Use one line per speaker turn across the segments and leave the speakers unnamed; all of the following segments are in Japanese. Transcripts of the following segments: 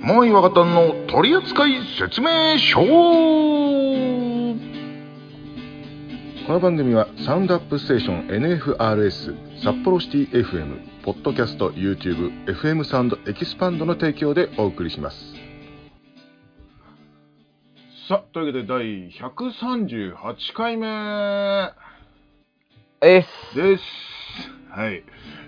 マイワカタンの取扱説明書この番組はサウンドアップステーション NFRS 札幌シティ FM ポッドキャスト YouTube FM サウンドエキスパンドの提供でお送りしますさあというわけで第138回目
えす。
です。はい。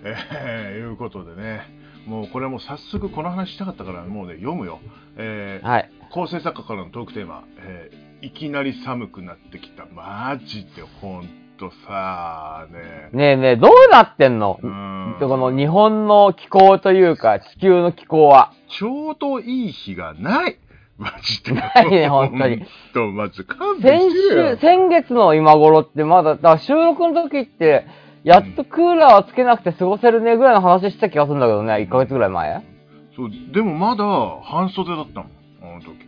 えー、いうことでね、もうこれはもう早速この話したかったから、もうね、読むよ。えー
はい。
構成作家からのトークテーマ、えーいきなり寒くなってきた。マジで、ほんとさーね。
ねえねえ、どうなってんの
うーん
この日本の気候というか、地球の気候は。
ちょうどいい日がない。マジで。
な いねほんとに
ほんと、まず勘弁
先
してよ
週、。先月の今頃ってまだ、だから収録の時って、やっとクーラーはつけなくて過ごせるねぐらいの話してた気がするんだけどね、1ヶ月ぐらい前。
そう、でもまだ半袖だったもん、あの時。うん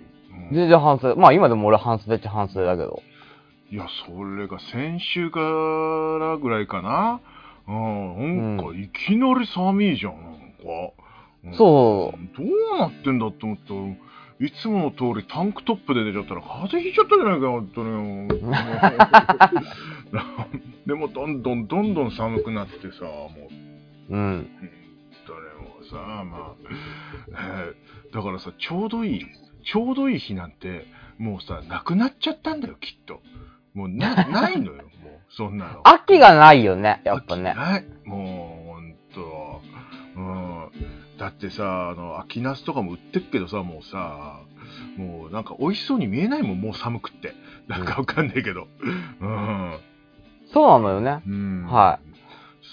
全然半袖。まあ今でも俺半袖っちゃ半袖だけど。
いや、それが先週からぐらいかな。うん、なんかいきなり寒いじゃん、なんか。。
そう
どうなってんだって思ったら、いつもの通りタンクトップで出ちゃったら風邪ひいちゃったじゃないかよ、本当に。でもどんどんどんどん寒くなってさ、もう
うん。
それもさまあ、えーだからさちょうどいいちょうどいい日なんてもうさなくなっちゃったんだよきっともうなない のよもうそんなの
秋がないよね、やっぱね
秋。ないもうほんとうんだってさあの秋ナスとかも売ってっけどさもうさもうなんか美味しそうに見えないもんもう寒くってなんかわかんないけどうん
そうなのよね。
うん。
はい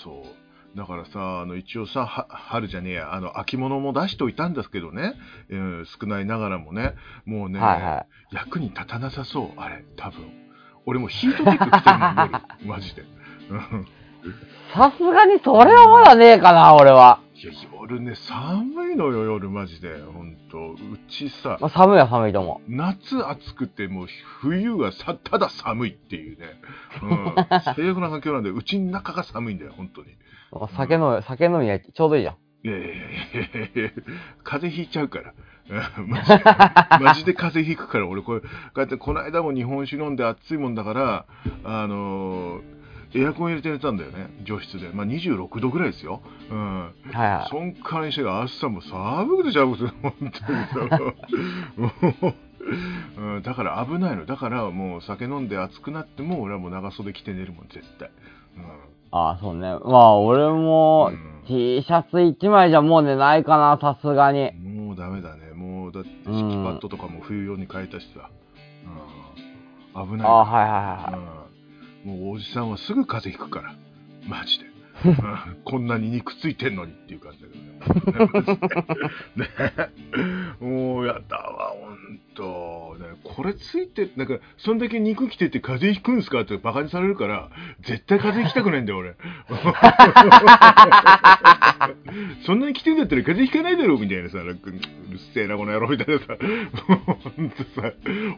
そう。だからさ、あの一応さ、は春じゃねえや、あの秋物も出しておいたんですけどね、えー少ないながらもね、もうね、
はいは
役に立たなさそう、あれ、多分俺もうヒートテック着てるもん、夜、 マジで。うん
い。さすがにそれはまだねえかな、俺は。
いや、夜ね、寒いのよ、夜、マジで、ほんと。うちさ、
まあ、寒いは寒いと思う。
夏暑くてもう冬がさただ寒いっていうね、 うん、最悪な環境なんでうちの中が寒いんだよ本当に
まあ酒飲み、酒飲みはちょうどいいじゃん。
いやいやいやいやいや風邪ひいちゃうから。 マジでマジで風邪ひくから俺これこうやってこの間も日本酒飲んで暑いもんだからあのーエアコン入れて寝たんだよね除湿で、まあ、26度ぐらいですよ、うん、
はいはい。
そんかにしてが朝も寒くて寒くて本当にさも う、うん、だから危ないのだからもう酒飲んで暑くなっても俺はもう長袖着て寝るもん絶対、
ああ、そうね。まあ、俺
うん
も、
うん
T シャツ1枚じゃもうね、ないかな、さすがに。
もうダメだね。もうだって敷きパ
うん
ッドとかも冬用に変えたしさ。うん、危
あ
ない、
あ、はいはいはい。
うん。もうおじさんはすぐ風邪ひくから。マ ジで。うんこんなに肉ついてんのにっていう感じだけどね。マジでねもうやだわ、ほんと。ね、これついて、なんか、そんだけ肉着てて風邪ひくんすかってバカにされるから、絶対風邪ひきたくないんだよ、俺。 そんなに着てんだったら風邪ひかないだろうみたいなさ、なんかうるせえな、この野郎みたいなさ、もうほんとさ、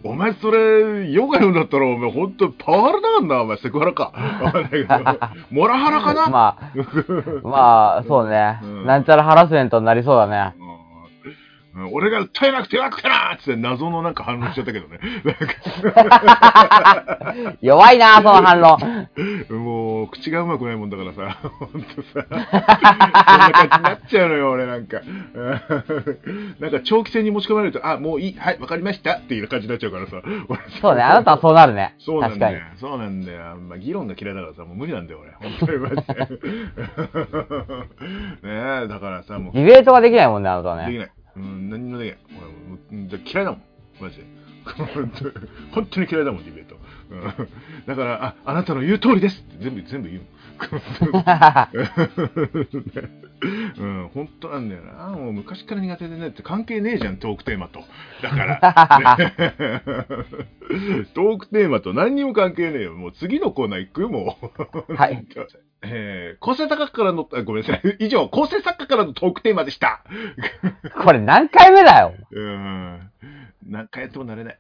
お前それ、ヨガ読んだったら、お前ほんとパワハラだかんな、お前セクハラか。 わかんないけど、モラハラかな、
ま あ、まあ、そうね
う。ん
なんちゃらハラスメントになりそうだね。
うん俺が訴えなくてよかったなっつって謎のなんか反論しちゃったけどね。なんか
弱 いな、その反論。
もう、口がうまくないもんだからさ、 ほんとさ、そんな感じになっちゃうのよ、俺なんか。 うんなんか長期戦に持ち込まれると、あ、もういい、はい、わかりましたっていう感じになっちゃうからさ、 俺さ
そうね、あなたはそうなるね。
そうなん
確か
だ
に
よ。。そうなんだよ。あんま議論が嫌いだからさ、もう無理なんだよ、俺。本当にマジで。 ねえ、だからさ、もう、
ディベートができないもんね、あなたは
でき
ね。
ない。うん、何にもできない。俺もううん、嫌いだもん。マジで。 本当に本当に嫌いだもん、ディベート。うんだから、あ、あなたの言う通りですって全部、全部言う。 うん、本当なんだよな。もう昔から苦手でねって関係ねえじゃん、トークテーマと。だから、 ねトークテーマと何にも関係ねえよ。もう次のコーナー行くよ、もう。
はい。
えー、構成作家からの、あごめんなさい。以上、構成作家からのトークテーマでした。
これ何回目だよ。
うーん。何回やってもなれない。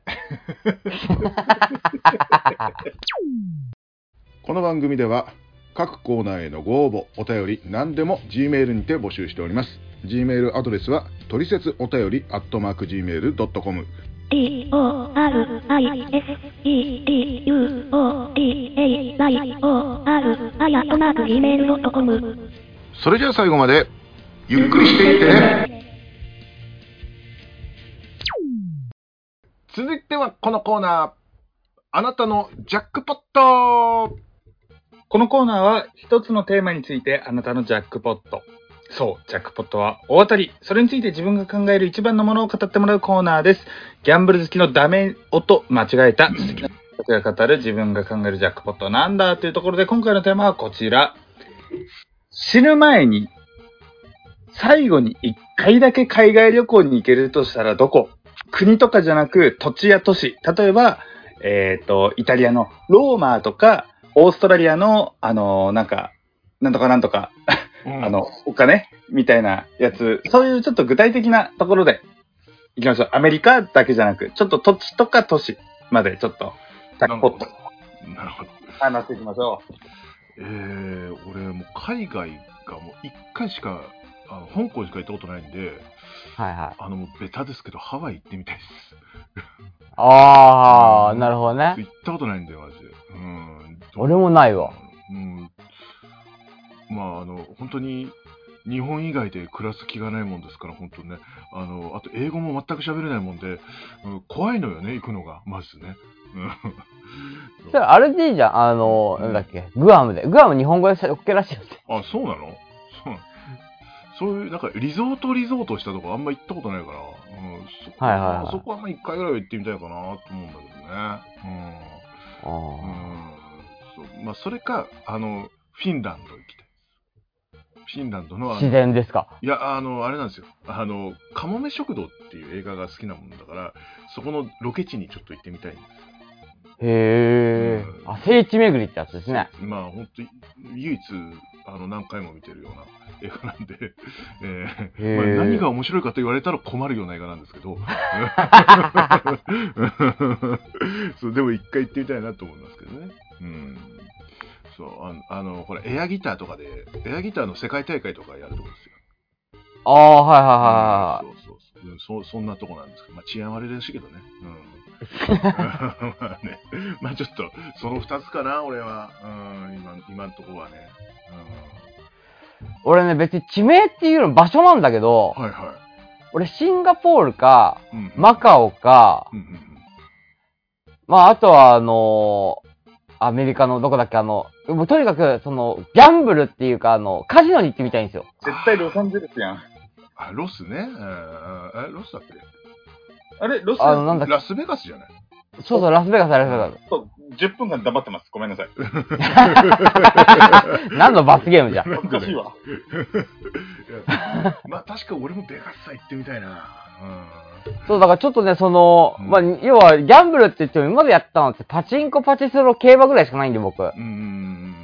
この番組では、各コーナーへのご応募お便り何でも G メールにて募集しております G メールアドレスはトリセツお便りアットマーク Gmail.com
D O R I S E D U O T A Y O R あやとなく Gmail.com
それじゃあ最後までゆっくりしていってね続いてはこのコーナーあなたのジャックポット
このコーナーは一つのテーマについてあなたのジャックポット。そう、ジャックポットは大当たり。それについて自分が考える一番のものを語ってもらうコーナーです。ギャンブル好きのダメ音、間違えた。好きな人が語る自分が考えるジャックポットはなんだというところで今回のテーマはこちら。死ぬ前に、最後に一回だけ海外旅行に行けるとしたらどこ国とかじゃなく土地や都市。例えば、えっ、と、イタリアのローマとか、オーストラリアの、あのなんか、なんとかなんとか、あの、お金みたいなやつ、そういうちょっと具体的なところで行きましょう。アメリカだけじゃなく、ちょっと土地とか都市までちょっと、タッポッと
なるほど
話していきましょう。
えー、俺もう海外がもう一回しかあの香港しか行ったことないんで
はいはい。
あのもうベタですけどハワイ行ってみたいです
あー、なるほどね。
行ったことないんだよ、マジで。うん。
俺もないわ。
うん。まあ、あの、本当に、日本以外で暮らす気がないもんですから、本当にね。あの、あと、英語も全く喋れないもんで、うん怖いのよね、行くのが、まずね。
そ したらあれでいいじゃん。あの、なんだっけ、グアムで。グアム日本語で OK らしいよね。
うん。あ、そうなのそうそういう、なんか、リゾートリゾートしたとこあんま行ったことないから、うん、そこ,、
はいはいはい
そこはまあ一回ぐらいは行ってみたいかなと思うんだけどね。うん。
あー
うんそうまあ、それか、あの、フィンランド行きたい。フィンランドの、あ
自
の
然ですか。
いや、あの、あれなんですよ。あの、カモメ食堂っていう映画が好きなもんだから、そこのロケ地にちょっと行ってみたいんです
へー。あ、聖地巡りってやつですね。
まあ、本当に唯一、あの、何回も見てるような映画なんで、 えー
へー
まあ、何が面白いかと言われたら困るような映画なんですけ ど、そうでも一回行ってみたいなと思いますけどね。うんそうあのあのほらエアギターとかでエアギターの世界大会とかやるとこですよ。
あー、はいはいはいはいはい。
そうそうそううんそそんなとこなんですけど、まあ、治安悪いですけどね。 うん。 まあね、まあちょっと、その2つかな、俺は。うん、今、今のところはね。
俺ね、別に地名っていうよりも場所なんだけど
うん。、はいは
俺シンガポールか、
い。うん、
マカオか、
うんうん
まあ、あとは、あのーアメリカのどこだっけ、あの、もうとにかく、その、ギャンブルっていうか、あの、カジノに行ってみたいんですよ。
絶対ロサンゼルスや
う
ん。
ん。あ、ロスね。うんあ、あロスだっけ
あれ、ロス
あの、なんだっけ、
ラスベガス じゃない
そうそう、ラスベガス、ラスベガ
そう10分間黙ってます。ごめんなさい。
ス。 何の罰ゲームじゃん。
恥ずかしいわ。
いやまあ確か俺もベガスさ行ってみたいな。
そう、だからちょっとね、その、
うん
まあ、要は、ギャンブルって言っても、今までやったのって、パチンコ、パチスロ、競馬ぐらいしかないんで、僕。
うん。うん。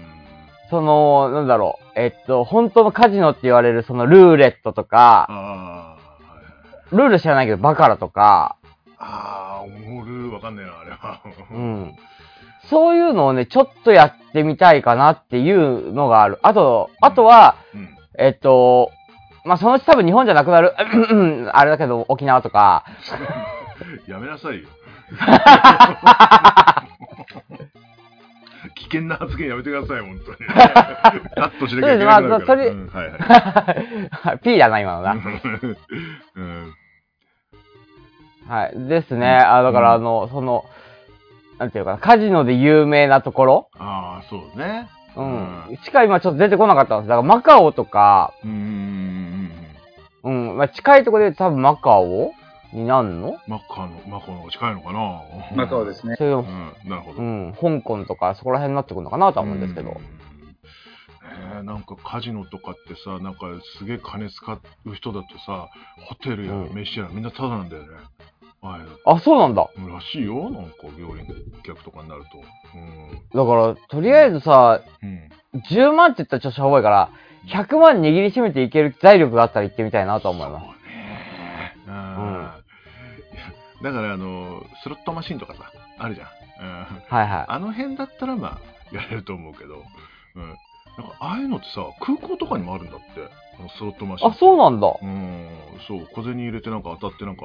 その、なんだろう、えっと、本当のカジノって言われる、その、ルーレットとか、
ああー、はいはい。
ルール知らないけど、バカラとか、
ああ、オールわかんねえな、あれは。
うん。そういうのをね、ちょっとやってみたいかなっていうのがある。あと、あとは、
うん。
えっと、まあ、そのうち多分日本じゃなくなる、あれだけど、沖縄とか、
やめなさいよ。危険な発言やめてください、 本当に。カットしなきゃいけなくなるか
そ
ら。
うで
う
す
んはいはい。
P だな、今のな。
うん
はい。ですね。あだから、あの、その、なんていうかな、カジノで有名なところ、
ああ、そうね。
う
うん
ん、しか今ちょっと出てこなかったんです。だから、マカオとか、
うーん。
うん、まあ、近いところで言うと多分マカオになんの
マカの、マカの方が近いの かな。
マカオですね。
それで
う
も、
ん、なるほ
う
ど。
ん、香港とか、そこら辺になってくるのかなとは思うんですけ
う
ど
ん。。えーなんかカジノとかってさ、なんかすげえ金使う人だとさ、ホテルや
うん
飯やらみんなタダなんだよね。ああいうの
あ、そうなんだ。
らしいよ、なんか料理客とかになると。うん。
だから、とりあえずさ、
うん、
10万って言ったらちょっとしょぼいから、100万握りしめていける財力があったら行ってみたいなとは思います。
そうね。うん。いやだから、あの、スロットマシンとかさ、あるじゃん。うん。
はいは
あの辺だったら、まあ、やれると思うけど、うん。なんかああいうのってさ、空港とかにもあるんだって。あのスロットマシン。
あ、そうなんだ。
うーん、そう、小銭入れてなんか当たってなんか、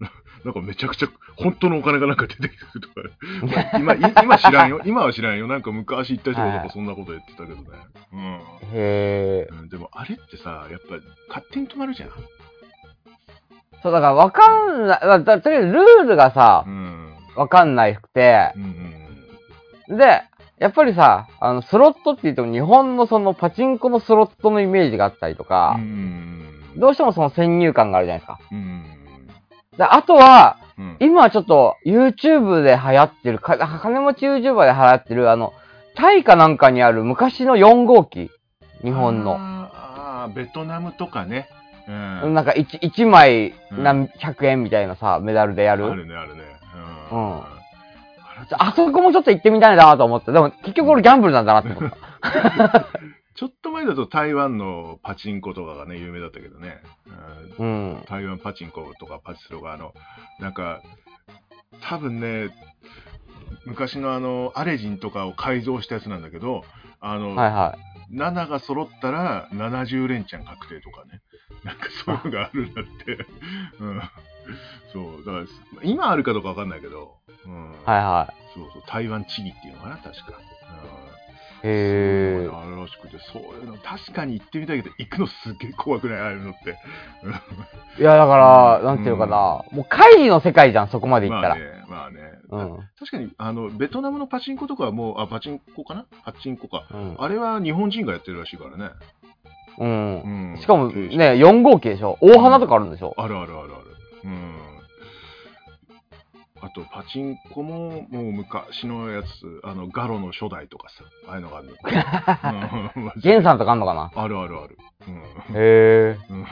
ななんかめちゃくちゃ、本当のお金がなんか出てくると か、まあ今、い今知らんよ。今は知らんよ。なんか昔行った人と
は
か
い
そんなことやってたけどね。
へえ
う。んうん。でもあれってさ、やっぱ勝手に止まるじゃん。
そう、だからわかんない、だだとりあえずルールがさ
う、ん。
わかんないくて
う、んうん
で、やっぱりさ、あの、スロットって言っても日本のそのパチンコのスロットのイメージがあったりと
うん。
か
う、ん。
どうしてもその先入観があるじゃないですか。
うん。
であとは、
うん。
今ちょっと YouTube で流行ってる、か金持ち YouTuber で流行ってる、あの、タイかなんかにある昔の4号機。日本の。
あーあー、ベトナムとかね。うん。
なんか 1, 一枚
うん
何100円みたいなさ、メダルでや
あ
る。
るね、あるね。う
うん
ん。
あそこもちょっと行ってみたいなと思った。でも結局俺ギャンブルなんだなって思った。
ちょっと前だと台湾のパチンコとかがね、有名だったけどね。うん
うん。
台湾パチンコとかパチスロがあのなんか多分ね昔のあのアレジンとかを改造したやつなんだけどあの、
はいは
7が揃ったら70連チャン確定とかねなんかそういうのがあるんだって、うん、そうだから今あるかどうかわかんないけど、うん
い。はいは
そうそう台湾チギっていうのかな確か。うん
い。へ
そういうの
ー
があるらしくて、そういうの、確かに行ってみたいけど、行くのすげえ怖くない、ああいうのって。
いやだから、
うん
なんていうかな。もう会議の世界じゃん、そこまで行ったら。
まあね、まあ
う
ね。
ん。
確かに、あの、ベトナムのパチンコとかはもう、あ、パチンコかなパチンコか。
うん
あれは日本人がやってるらしいからね。
うん。
うん。
しかもね、4号機でしょ。大花とかあるんでしょ。
あるあるあるある。うん。あと、パチンコも、もう昔のやつ、あの、ガロの初代とかさ、ああいうのがあ るんだってうんマジ
ゲ
で
ンさんとかあんのかな
あるあるある。うん。
へ
うん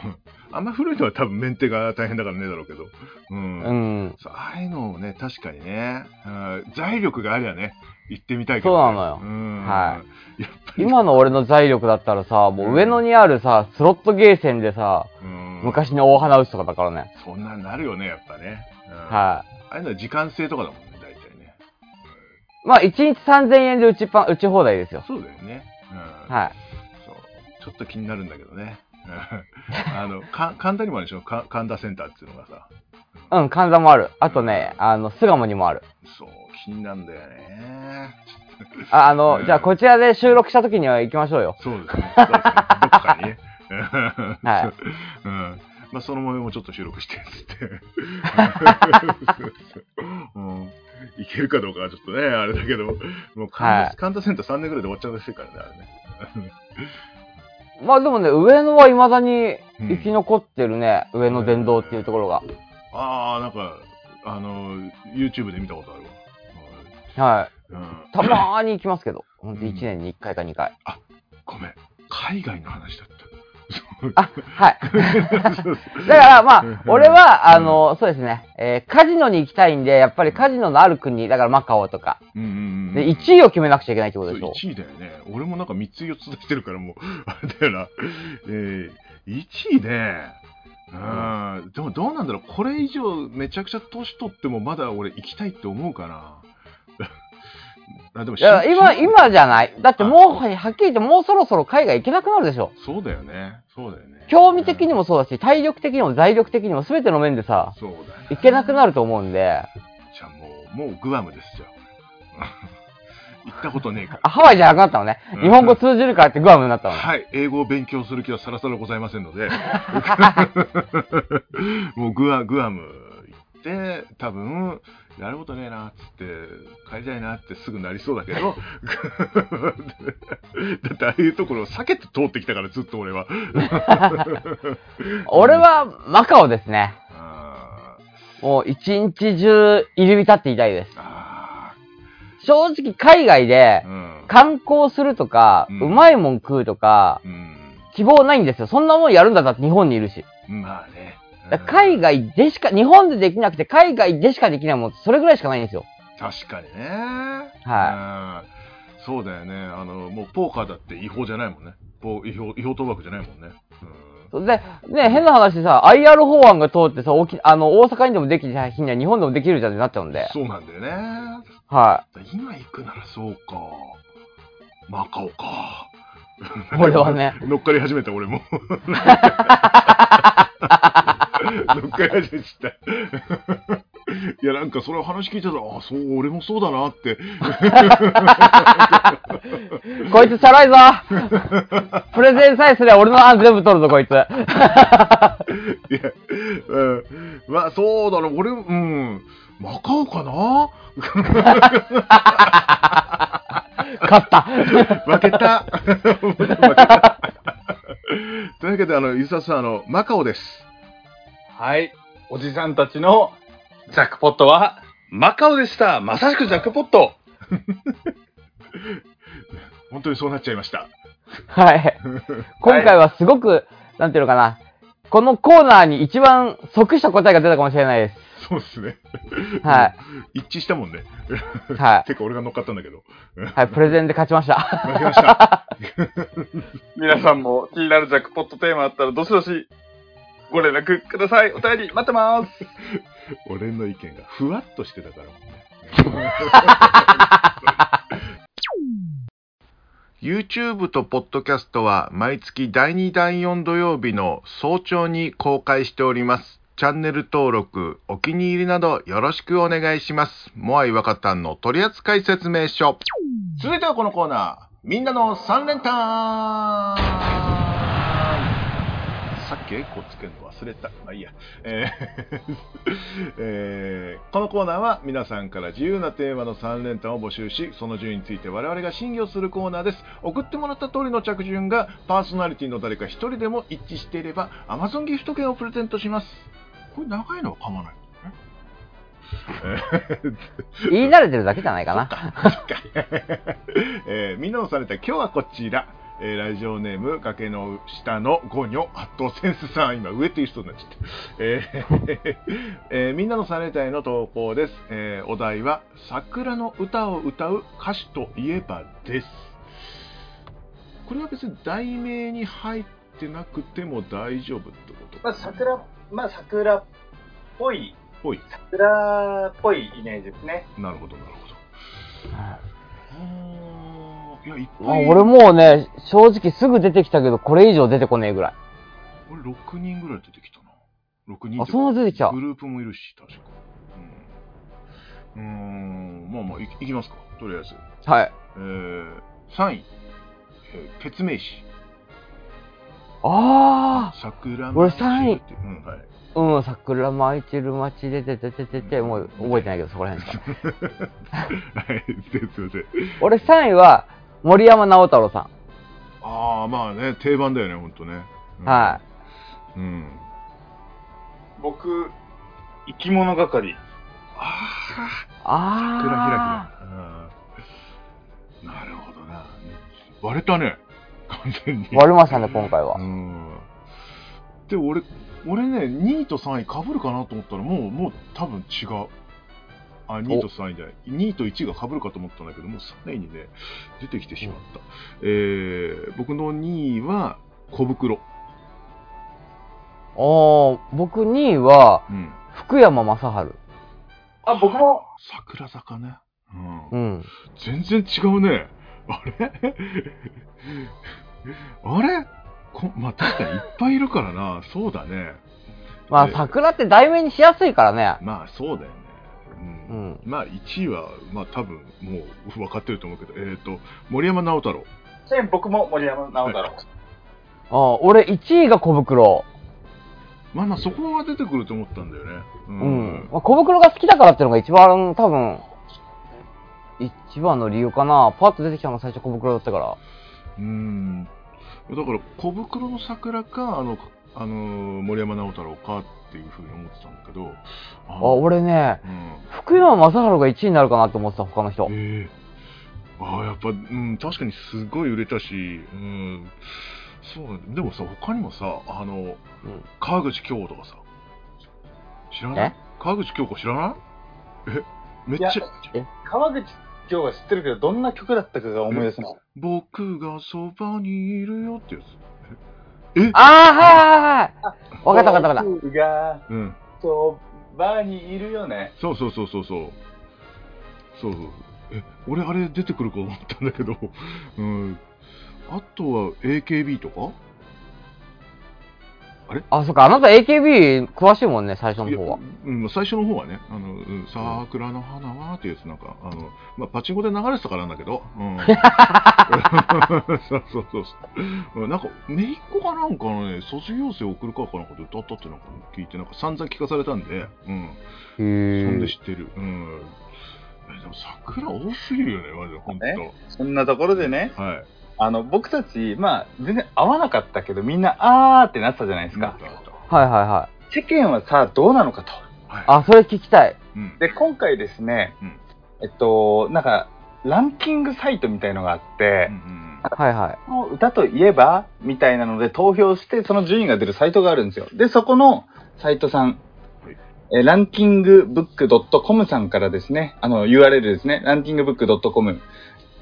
あんま古いのは多分メンテが大変だからねえだろうけど。う
え。
ん。
うん。
そうああいうのをね、確かにね、うん財力がありゃね、行ってみたいけ
そ
ど、
う
ね。
なのよ
うん。。
はい
やっぱり、
今の俺の財力だったらさ、もう上野にあるさ、スロットゲーセンでさ、
うん、
昔の大花打ちとかだからね。
そんなんなるよね、やっぱね。うん、あ
は
あいうのは時間制とかだもんね、大体ね。
い。まあ、1日3000円で打ちっぱ、打ち放題ですよ。
そうだよね。うん。
はい。
そう。ちょっと気になるんだけどね。うんあの、か神田にもあるでしょか神田センターっていうのがさ。
うん、神田もある。あとね、あの、巣鴨にもある。
そう、気になるんだよね。
ああの、
うん
じゃあこちらで収録した時には行きましょうよ。
そうですね。そうですねどっかにね。
はい
うん。まあ、その模様もちょっと収録して、つって。 うん。いけるかどうかはちょっとね、あれだけど、もう神
は
田、神田センター3年ぐらいで終わっちゃうらしいからね、あれね。
まあでもね、上野は未だに
うん
生き残ってるね、上野電動っていうところが。
ああ、なんか、あの、YouTube で見たことあるわ。
はい。
うんうん。
たまーに行きますけど、ほんと
うん
1年に1回か2回。
ごめん。海外の話だった。 そう
あ、はい。
そうそう
だからま
うん
あ、俺は、あの、そうですね、えーカジノに行きたいんで、やっぱりカジノのある国、だからマカオとか、
うんうんうん
で、1位を決めなくちゃいけないってことでし
そ
ょ。
う1位だよね。俺もなんか3つ4つ出してるからもう、 あれだよな。えー、1位ね。うん、でもどうなんだろう。これ以上めちゃくちゃ年取ってもまだ俺行きたいって思うかな。 あでも
いや、
し
今、今じゃない。だってもう、はっきり言ってもうそろそろ海外行けなくなるでしょ。
そうだよね。そうだよね。
興味的に
も。
もそうだし、体力的にも財力的にも全ての面でさ、
そうだよ、ね。
いけなく
る。
なると思うんで、
じゃあもう、もうグアムですよ。 行ったことねえから。
あ、ハワイじゃなくなったのね
う。ん
日本語通じるからってグアムになったのね。
はい、英語を勉強する気はさらさらございませんので、 もうグアグアム行って、多分やることねえなっつって、帰りたいなってすぐなりそうだけど、 だってああいうところを避けて通ってきたから、ずっと俺は。
俺はマカオですね。
あー
もう一日中入り浸っていたいです。
あ
正直海外で
ー、うん。
観光するとか、
うん
うまいもん食うとか、
うん
希望ないんですよ。そんなもんやるんだったら日本にいるし。
まあね。
だから海外でしか、日本でできなくて海外でしかできないもん、それぐらいしかないんですよ。
確かにね。。
はい
そうだよね。あの、もうポーカーだって違法じゃないもんね。ポー違法、違法賭博じゃないもんね。うん。
で、ね、変な話さ、IR 法案が通ってさ、沖あの、大阪にでもできた日には日本でもできるじゃんってなっちゃうんで。
そうなんだよね。
は
今行くならそうか。マカオか。
俺はね。
乗っかり始めた俺 も。乗っかり始めちゃった。いやなんかそれ話聞いてたら、あ、そう、俺もそうだなって。
こいつチャラい ぞプレゼンさえすれば俺の案全部取るぞ、こいつ。
いや、うん。まあそうだな、俺、うん。マカオかな
勝った。
負け た。負けた。というわけで、あの、ゆささん、あの、マカオです。
はい。おじさんたちのジャックポットは、マカオでした。まさしくジャックポット。
本当にそうなっちゃいました。
はい。今回はすごく、なんていうのかな。このコーナーに一番即した答えが出たかもしれないです。
そうですね。。
はい
一致したもんね。
は
てか俺が乗っかったんだけど。
い。はい、プレゼンで勝ち ました。
負けま した。
皆さんも気になるジャックポットテーマあったら、どしどしご連絡ください。お便り待ってます。
俺の意見がふわっとしてたからもんね。YouTube と Podcast は毎月第2第4土曜日の早朝に公開しております。チャンネル登録、お気に入りなどよろしくお願いします。モアイ若たんの取扱説明書。続いてはこのコーナー、みんなの3連単さっきエコーつけるの忘れた。まあいいや。えー えーこのコーナーは皆さんから自由なテーマの3連単を募集し、その順位について我々が審議をするコーナーです。送ってもらった通りの着順がパーソナリティの誰か一人でも一致していれば Amazon ギフト券をプレゼントします。これ長いのは噛まない。えー
言い慣れてるだけじゃないかな。
えーみんなのされた今日はこちら、えーラジオネーム崖の下のゴニョアットセンスさん今上っていう人になっちゃって、えー えーみんなのされたへの投稿です、えーお題は「桜の歌を歌う歌手といえば」ですこれは別に題名に入ってなくても大丈夫ってこと
まあ、桜、まあ、桜っぽい、
ほい
桜っぽいイメージですね。
なるほどなるほどあーいやいっ
ま
ぱ
あ
い
俺もうね、正直すぐ出てきたけど、これ以上出てこねえぐらい。
俺6人ぐらい出てきたな6人
あ、そんな出てきた
グ。ループもいるし確かうんうーんまあまあいいきますかとりあえず、
はい。
えー、3位、えー、ケツメイシ
あ
桜
俺三位
ってうんはい、
あ、うん、桜舞い散る街でててててて、もう覚えてないけど、そこら辺しか。
はい、 すいません
俺3位は、森山直太朗さ。
ああまあね定番だよねほんとね、うん
はい
うん
僕、生き物
あ
係。
い。
あ桜開き
あ
だうんなるほどな割れたね完全に
あ。割れましたね、今回は
う。んで俺俺ね2位と3位かぶるかなと思ったらもうもう多分違うあ2位と3位じゃない2位と1位がかぶるかと思ったんだけどもう3位にね出てきてしまった、えー、僕の2位は小袋、
おー、僕2位は、
うん、
福山雅治。
あ、僕も、
桜坂ね、う、
うんん。
全然違うねあれ あれこまあ確かにいっぱいいるからなそうだね
ま
え
あ、
え
桜って題名にしやすいからね。
まあそうだよね。うん
うん
まあ1位は、まあ多分もう分かってると思うけど、えっ、と、森山直太朗。
ちなみに僕も森山直太朗。
あー俺1位が小袋。
まあまあそこは出てくると思ったんだよね。う
うん。まあ、小袋が好きだからっていうのが一番、多分、一番の理由かな。パッと出てきたのが最初小袋だったから。
うん。だから、小袋の桜か、あの、あのー森山直太朗かっていうふうに思ってたんだけど、あ
あ、俺ね、
うん。
福山雅治が1位になるかなと思ってた、他の人。
ええああ、やっぱ、うん、確かにすごい売れたし、うん。そうなんだでもさ、他にもさ、あの、
うん
川口京子とかさ、知らない川口京子知らないえ、めっちゃ
い、川口今日は知ってるけど、どんな曲だったかが思い出せ ない。
僕がそばにいるよってや
あー、はいはいはい。わかったわかったわかっ
僕が、
つ。うん。
そばにいるよね。
そうそうそうそうそう。そうそう。え、俺あれ出てくるか思ったんだけど、うん、あとは AKB とか
あ、そっか、あなた AKB 詳しいもんね、最初
い
の
や
方は。
うん、最初の方はね、あの、うん桜の花はっていうやつなんか、あの、まあ、パチンコで流れてたからなんだけど、 うん。そうそうそうそう。うんなんか、姪っ子がなんかのね、卒業生送るかかなんかで歌ったってなんか聞いて、なんか散々聞かされたんで、うん。
へ
そん
ー
で知ってる。うん。えでも桜多すぎるよね、マジで、ほんと。
ねそんなところでね、
はい。
あの、僕たち、まあ、全然合わなかったけど、みんな、あーってなってたじゃないです
なん
か
か。あった
はいはいはい。
世間はさ、どうなのかと。
はい。
あ、それ聞きたい。
うん。
で、今回ですね、
うん
えっと、なんか、ランキングサイトみたいのがあって
うんう、ん
はいはい。
この歌といえばみたいなので投票して、その順位が出るサイトがあるんですよ。で、そこのサイトさん、えーランキングブック .com さんからですね、あの URL ですね、ランキングブック .com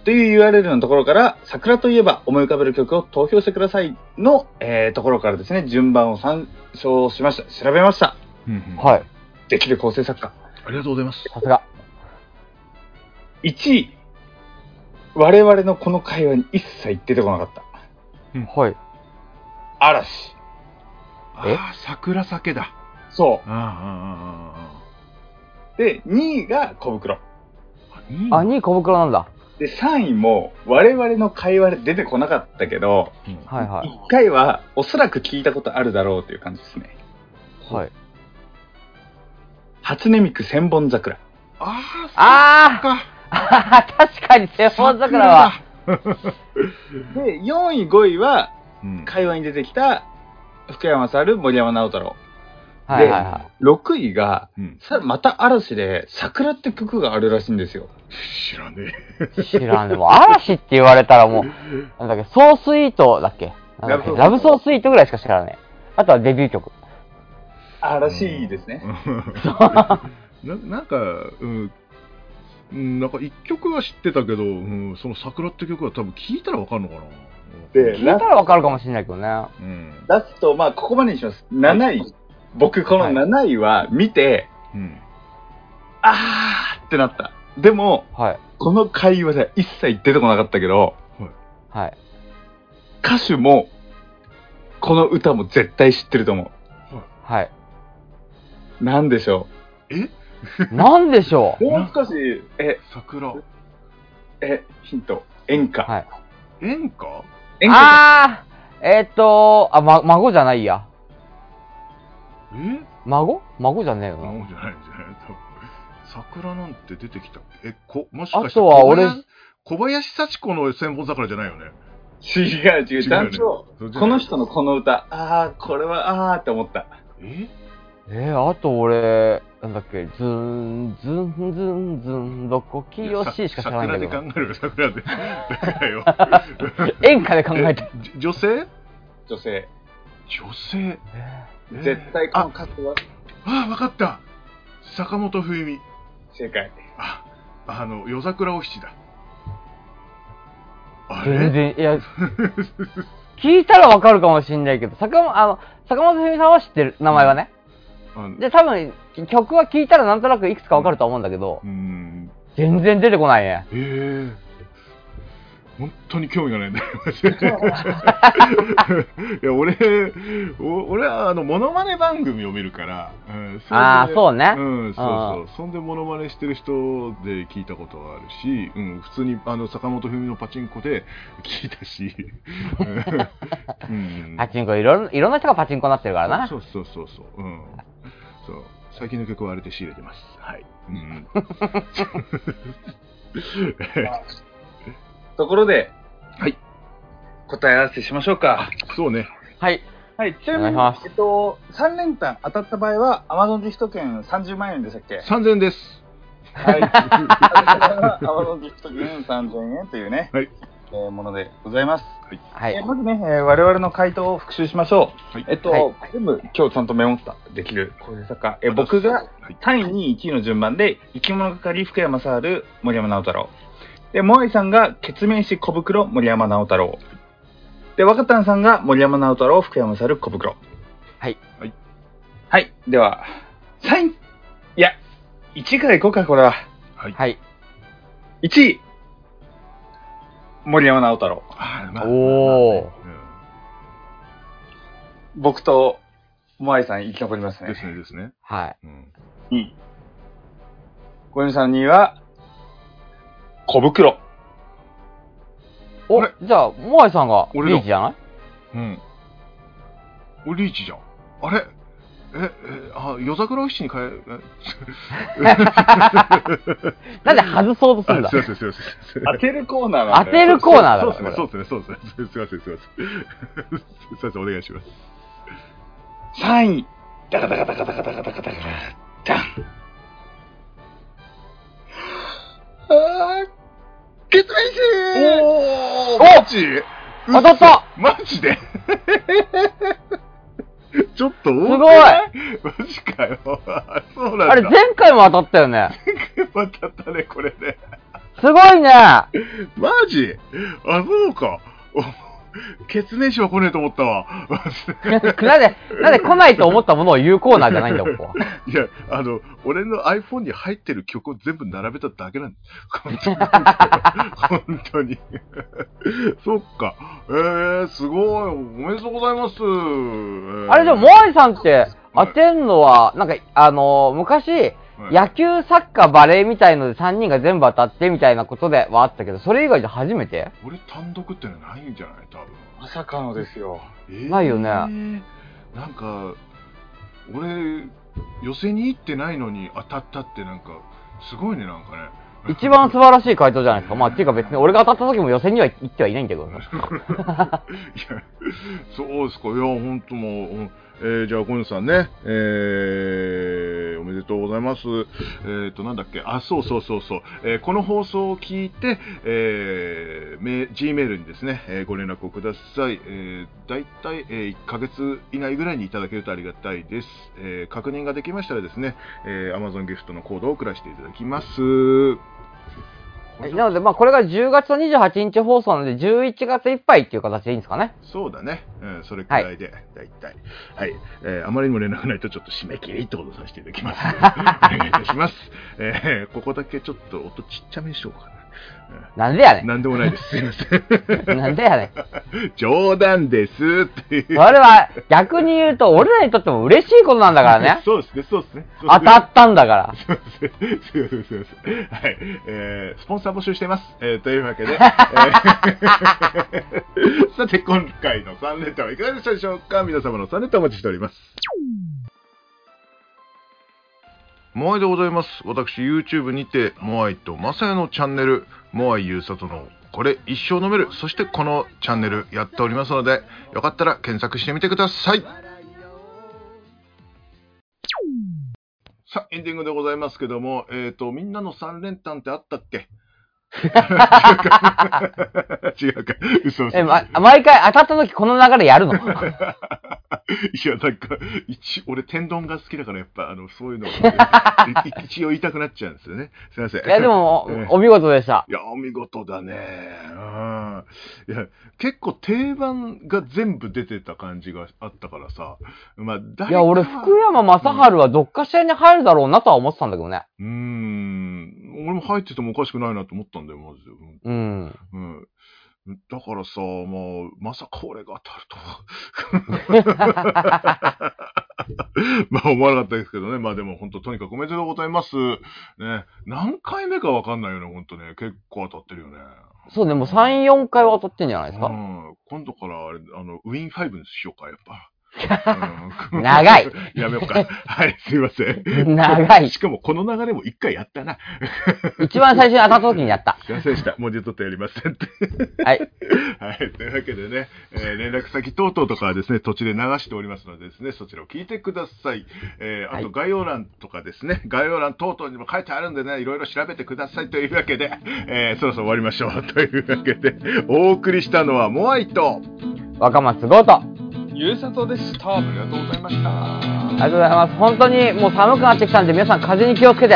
という URL のところから、桜といえば思い浮かべる曲を投票してくださいの、えーところからですね、順番を参照しました。調べました。
うんうんあ
はい。
できる構成作家。
りがとうございます。
さすが。
1位。我々のこの会話に一切出てこなかった。
はい。
嵐。
え
ああ、桜酒だ。
そ
ああ、ああ、ああああ。
う。で、2位が小袋。
兄
あ、2位小袋なんだ。
で、3位も我々の会話で出てこなかったけど、
はいはい。
1回はおそらく聞いたことあるだろうという感じですね。
はい。
初音ミク千本桜。
ああ、
あ
か。
ー あー確かに千本桜は。
で、4位、5位は
うん
会話に出てきた福山猿、森山直太朗。
はいはいはい。
6位が、
うん
さまた嵐で桜って曲があるらしいんですよ。
知らね
知らんでも、嵐って言われたらもう、なんだっけ、ソースイートだっけなんだっけラ
ラ
ブ
ブ
ソ
ソ
ースイートぐらいしか知らない。あとはデビュー曲。
嵐です ね。
え。ななんか、うんうん、なんか一曲は知ってたけど、うん、その桜って曲は多分聞いたらわかるのかな。
で、
聞いた
ラ
らわかるかもしれないけどね。は
うん、
ラスト、まあ、ここまでにします。7位。僕、この
はい
7位は見て、
うん、
あーってなった。でも、
い。
この会話では一切出てこなかったけど、
はい。
歌手も、この歌も絶対知ってると思
はい。
う。なんでしょ
なんでしょ
う。
う
もう少し、え、
桜。
え、ヒント。演歌。
はい。
演歌
演歌
あーえーっと、あ、ま、孫じゃないや。
え
孫孫じゃねえよ
そう
な。
じゃないじゃない多分。桜なんて出てきたっけえ、こ、もしか
あ
して
とは
小
俺、
林小林幸子の千本桜じゃないよね。
違う違う。ちゃん
違うよ
と、
ね
この人のこの歌、あー、これは、あーって思った。
え
えー、あと俺、なんだっけ、ズン、ズン、ズン、ズン、どこきよししか知らないんだけ
桜
ど。
で考えるよ、桜で。だか らよ。
演歌で考えて。
えじ女性
女性。
女性。えー
絶対この
あ、
歌手は
あ、わかった。坂本冬美。
正解。
あ、あの、夜桜お七だ。あ
全
れ
然、いや、 聞いたらわかるかもしんないけど、坂本、あの、坂本冬美さんは知ってる、名前はね。
あの
で、多分、曲は聞いたらなんとなくいくつかわかるとは思うんだけど
う、ん。
全然出てこないね。
ええ本当に興味がないんだよ、 マジでいや、俺、お俺は、あの、モノマネ番組を見るから、うん、それで
ああ、そうね。
うん、そう
あ
そう。そんで、モノマネしてる人で聞いたことはあるし、うん、普通に、あの、坂本冬美のパチンコで聞いたし、うん。
パチンコ、いろん、いろんな人がパチンコになってるからな。
そうそうそうそう。うん。そう。最近の曲はあれで仕入れてます。はい。 うん。
ところで、
はい。
答え合わせしましょうか。
そうね。
はい。
はい、ちなみ
お願いし
に
ます、
えっと、3連単当たった場合は、アマゾンギフト券30万円でしたっけ
3000円です。
はい。アマゾンギフト券3000円というね、
はい
えーものでございます。
は
えー
い。
まずね、えー我々の回答を復習しましょう。
はい
えっと、
はい
全部今日ちゃんとメモった、できる小説家。えー僕
は
が
い。
3位、2位、1位の順番で、生き物係、福山雅治、森山直太郎。で、モアイさんが、決名詞、小袋、森山直太郎。で、若旦さんが、森山直太郎、福山雅治、小袋。
はい。
はい。
はい。では、3位いや、1位からいこうか、これは。
はい。
はい。
1位森山直太朗。
あまあ
おー
まあま
僕と、モアイさん生き残ります
あねうんで
ね。
すね、ですね。
はい。
うん
うん。小泉さんには、小袋。
お
あれ、
じゃあ、モアイさんがリ
俺だ
ーチじゃない
うん。お、リーチじゃん。あれえ、え、あ、夜桜お七に変 え、
なんで外そうとするん
あ、
だ
すいません、すいません。
当てるコーナーなん
当てるコーナーだ
そうですね、そうですね、そうですね。すいません、すいません。すいません、お願いします。
3位。ダカダカダカダカダカダカダカダン。あー、決意
お
お
マジ
当たった
マジ でちょっとす
すごい
マジかよ。あそう
あ
な
れ、
んだ。
前回も当たったよね。
またあったね、これね。
すご いね。
マジあ、そうか。お血明書は来ねえと思ったわ。
なんで、なんで来ないと思ったものを言うコーナーじゃないんだよ、ここは。
いや、あの、俺の iPhone に入ってる曲を全部並べただけなんです。本当に。 そっか。えー、すごい。おめでとうございます。えー
あれ、でも、モアイさんって、当てんのは、なんか、あのー昔、
はい
野球、サッカー、バレーみたいので3人が全部当たってみたいなことではあったけど、それ以外で初めて
俺単独ってのはないんじゃない多分。
まさかのですよ。
えー
ないよね
なんか、俺、寄せに行ってないのに当たったってなんか、すごいね、なんかね。
一番素晴らしい回答じゃないですか。まあ、っていうか別に俺が当たった時も予選には行ってはいないんだけど。
いや、そうですか。いや、本当もう、うんえーじゃあ、小西さんね、えーおめでとうございます。えっ、と、なんだっけ、あ、そうそうそうそう、えーこの放送を聞いて、えー、め G メールにですね、えーご連絡をください。えー、だいたい、えー1ヶ月以内ぐらいにいただけるとありがたいです。えー確認ができましたらですね、えー Amazon ギフトのコードを送らせていただきます。
えなので、まあ、これが10月の28日放送なので、11月いっぱいっていう形でいいんですかね。
そうだね。うん、それくらいで、だいたい。はい。えーあまりにも連絡ないと、ちょっと締め切りってことさせていただき ます。お願いいたします。えーここだけちょっと音ちっちゃめにしようか
なんでやね
な。なんでもないです。すいません。
ん。なんでやねん。
冗談です。っていう。。
それは、逆に言うと、俺らにとっても嬉しいことなんだからね
そうですね、そうですね。そうです
当
ね
たったんだから。
すいません、すいません、すいません。はい。えースポンサー募集してます。えーと いうわけで、えーさて、今回の3連単はいかがでしたでしょうか皆様の3連単お待ちしております。モアイでございます。私、YouTube にて、モアイとマサヤのチャンネル、モアイゆうさとのこれ一生飲める、そしてこのチャンネルやっておりますので、よかったら検索してみてください。さあ、エンディングでございますけども、えっ、と、みんなの三連単ってあったっけ 違うか。嘘嘘。
え、ま、毎回当たった時この流れやるの
いや、なんか、一、俺、天丼が好きだから、やっぱ、あの、そう いうのが、い一応言いたくなっちゃうんですよね。すいません。
いや、でも
ええ、
お見事でした。
いや、お見事だね。うん。いや、結構定番が全部出てた感じがあったからさ。まあ、大
いや、俺、福山雅治はどっかしらに入るだろうなとは思ってたんだけどね。
うーん。俺も入っててもおかしくないなと思ったんだよ、マジで。うん
うん。
うん。だからさ、もう、まさか俺が当たるとは。 まあ思わなかったですけどね。まあでも本当とにかくおめでとうございます。ね。何回目かわかんないよね、本当ね。結構当たってるよね。
そうね、もう3、4回は当たってんじゃないです
う
か。
ん。今度からあれ、あの、ウィン5にしようか、やっ ぱ。うん
長い
やめようか。はい、すいません。
長い
しかもこの流れも一回やったな。
一番最初に当たった時にやった。
すいませんでした。文字取ってやりませんって。
はい。
はい、というわけでね、えー連絡先等々とかはですね、途中で流しておりますのでですね、そちらを聞いてください。えーあ
は
と
い
概要欄とかですね、概要欄等々にも書いてあるんでね、いろいろ調べてくださいというわけで、えーそろそろ終わりましょう。というわけで、お送りしたのはモアイと、
若松剛と。
ゆうさとでした。
ありがとうございました。
ありがとうございます。本当にもう寒くなってきたんで、皆さん風邪に気をつけて。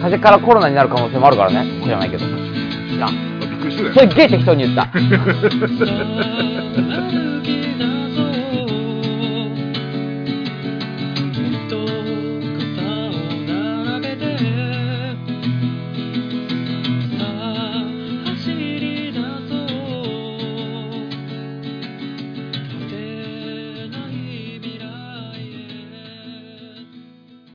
風邪からコロナになる可能性もあるからね。知らないけど。いや、
びっくりしたよ
それゲー適当に言った。
「歩き出